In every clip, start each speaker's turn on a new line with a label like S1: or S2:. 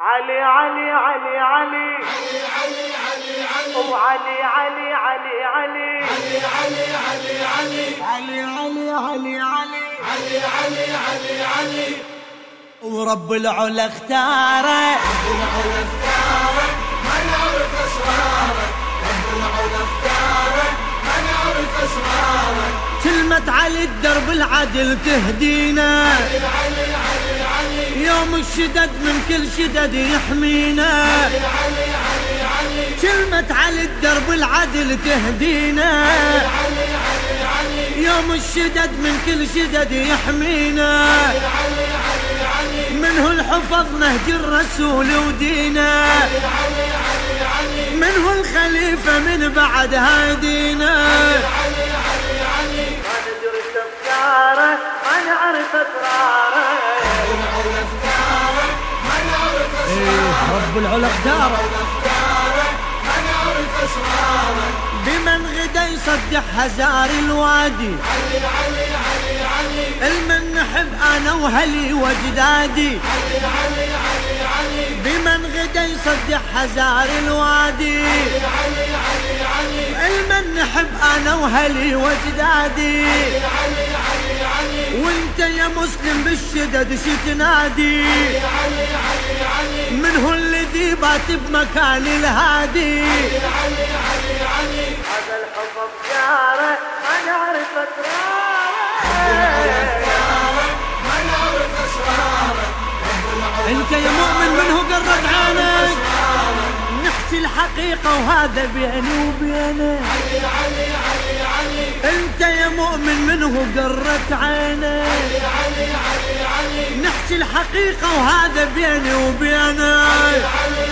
S1: علي علي علي علي أبو علي علي علي علي
S2: علي علي علي علي
S3: علي علي علي علي
S2: ورب العلا اختاره
S3: افكارك ما نعرف اسرارك نطلع افكارك ما نعرف اسرارك
S2: كلمة علي الدرب العدل تهدينا
S3: علي علي علي
S2: يوم الشدد من كل شدد يحمينا
S3: علي علي علي
S2: كلمة علي الدرب العدل تهدينا
S3: علي علي علي
S2: يوم الشدد من كل شدد يحمينا
S3: علي علي علي
S2: منه الحفظ نهج الرسول ودينا
S3: علي علي علي
S2: منه الخليفة من بعد هادينا
S3: علي علي علي
S1: ما ندرس أفكاره ما نعرف أسراره
S3: نطلع افكارك ما نعرف اسرارك
S2: رب العلا اختاره
S3: افكارك ما نعرف اسرارك
S2: بمن غدا يصدح هزار الوادي
S3: علي علي علي علي
S2: المن نحب انا وهلي واجدادي
S3: علي علي علي علي
S2: بمن غدا يصدح هزار الوادي
S3: علي علي علي
S2: المن نحب انا وهلي واجدادي
S3: علي علي علي
S2: وانت يا مسلم بالشدد شو تنادي
S3: علي علي علي
S2: منه الذي بات بمكان الهادي
S3: علي علي علي
S1: هذا الحب أفكاره ما نعرف أسراره
S3: افكارك ما نعرف اسرارك
S2: انت يا مؤمن منه قرب عينك نحكي الحقيقة وهذا بيني وبينك
S3: علي علي علي علي
S2: انت يا مؤمن منه قرت عينك
S3: علي علي علي
S2: نحكي الحقيقة وهذا بيني وبينك
S3: علي علي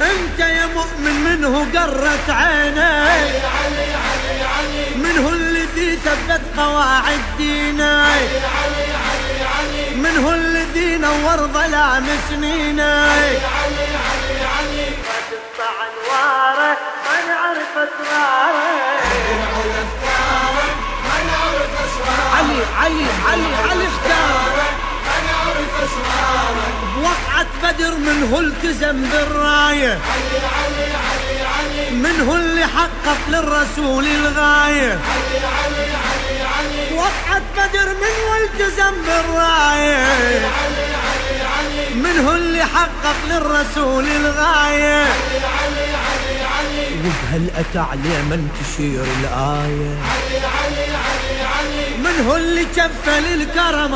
S3: علي
S2: انت يا مؤمن منه قرت عينك
S3: علي علي علي
S2: منه الذي ثبت قواعد دينك
S3: علي علي علي
S2: منه الذي نور ظلام سنينك
S3: علي علي علي
S1: ما تنفع أنواره ما نعرف أسراره
S3: نطلع افكارك ما نعرف اسرارك
S2: علي علي علي علي اختار
S3: ما نعرف اسرارك
S2: بوقعة بدر منه التزم بالراية
S3: علي علي علي علي
S2: منه اللي حقق للرسول الغاية
S3: علي علي علي علي
S2: وقعت بدر من والتزم بالراية
S3: علي علي علي
S2: منه اللي حقق للرسول الغاية
S3: علي علي علي
S2: وبهل أتى عليه من تشير الآية
S3: علي علي علي علي
S2: منه اللي كفل الكرم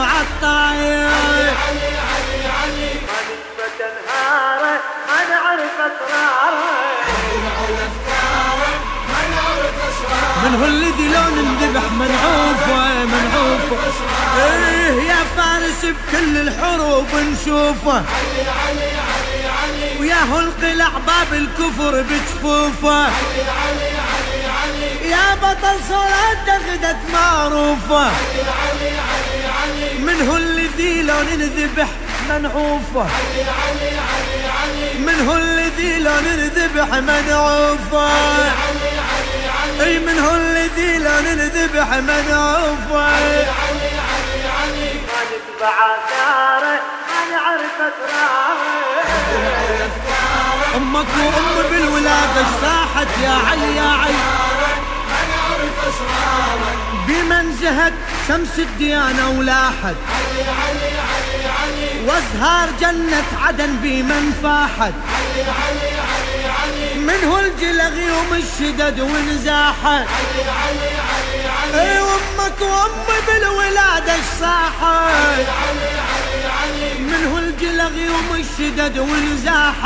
S2: عالطاية
S3: علي علي علي
S1: ما نثبت أنهاره ما نعرف أسراره
S3: نطلع افكارك ما نعرف اسرارك
S2: منه الذي لو نذبح منعوفه منعوفه ايه يا فارس بكل الحروب نشوفه
S3: علي علي علي علي
S2: ويا هو القلع باب الكفر بجفوفه
S3: علي علي علي
S2: يا بطل صلاته غدت معروفه
S3: علي علي علي
S2: منه الذي لو نذبح منعوفه
S3: علي علي علي
S2: منه الذي لو نذبح منعوفه
S3: علي علي علي
S2: اي منه الذي لو نذبح منعوفه
S3: علي علي علي
S1: ما نتبع آثاره ما نعرف أسراره
S2: امك وام بالولاده اجتاحت يا علي يا علي
S3: ما نعرف اسرارك
S2: بمن زهد شمس الديانه ولاحت
S3: علي علي علي علي
S2: وازهار جنه عدن بمن فاحت
S3: علي علي علي علي
S2: منه الجلغ يوم الشدد ونزاحت
S3: علي علي علي علي
S2: اي امك وام بالولاده اجتاحت
S3: علي علي علي
S2: منه الجلغ يوم الشدد ونزاحت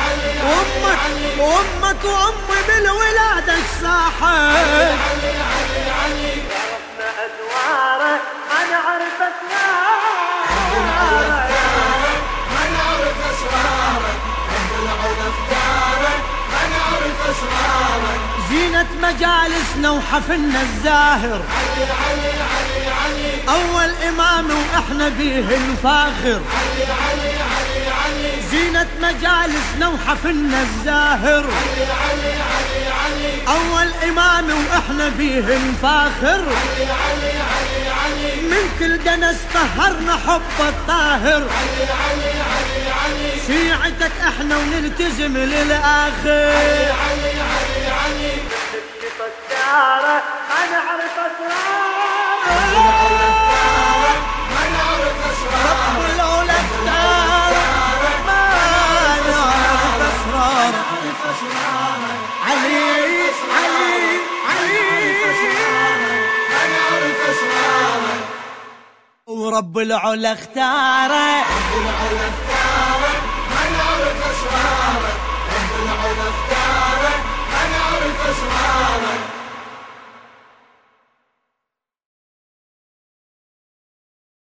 S3: علي
S2: وامك وامك وام بالولاده اجتاحت
S3: علي علي علي
S1: عرفنا أدواره ما نعرف أسراره
S3: ما نعرف اسرارك نطلع افكارك ما نعرف اسرارك
S2: زينة مجالسنا وحفلنا الزاهر
S3: علي علي علي علي
S2: أول إمام وإحنا بيه نفاخر
S3: علي علي علي علي
S2: زينة مجالسنا وحفلنا الزاهر
S3: علي علي علي
S2: أول إمام وإحنا بيه نفاخر
S3: علي علي علي
S2: من كل دنس طهرنا حب الطاهر
S3: علي علي علي علي
S2: شيعتك احنا ونلتزم للاخر
S3: علي علي علي
S1: كشف الدار ما نعرف اسراره
S3: ما نعرف اسرار
S2: ولولا الدار ما نعرف اسرار علي علي علي
S3: ما نعرف اسرار
S2: ورب العلا
S3: على
S2: اختاره
S3: الثار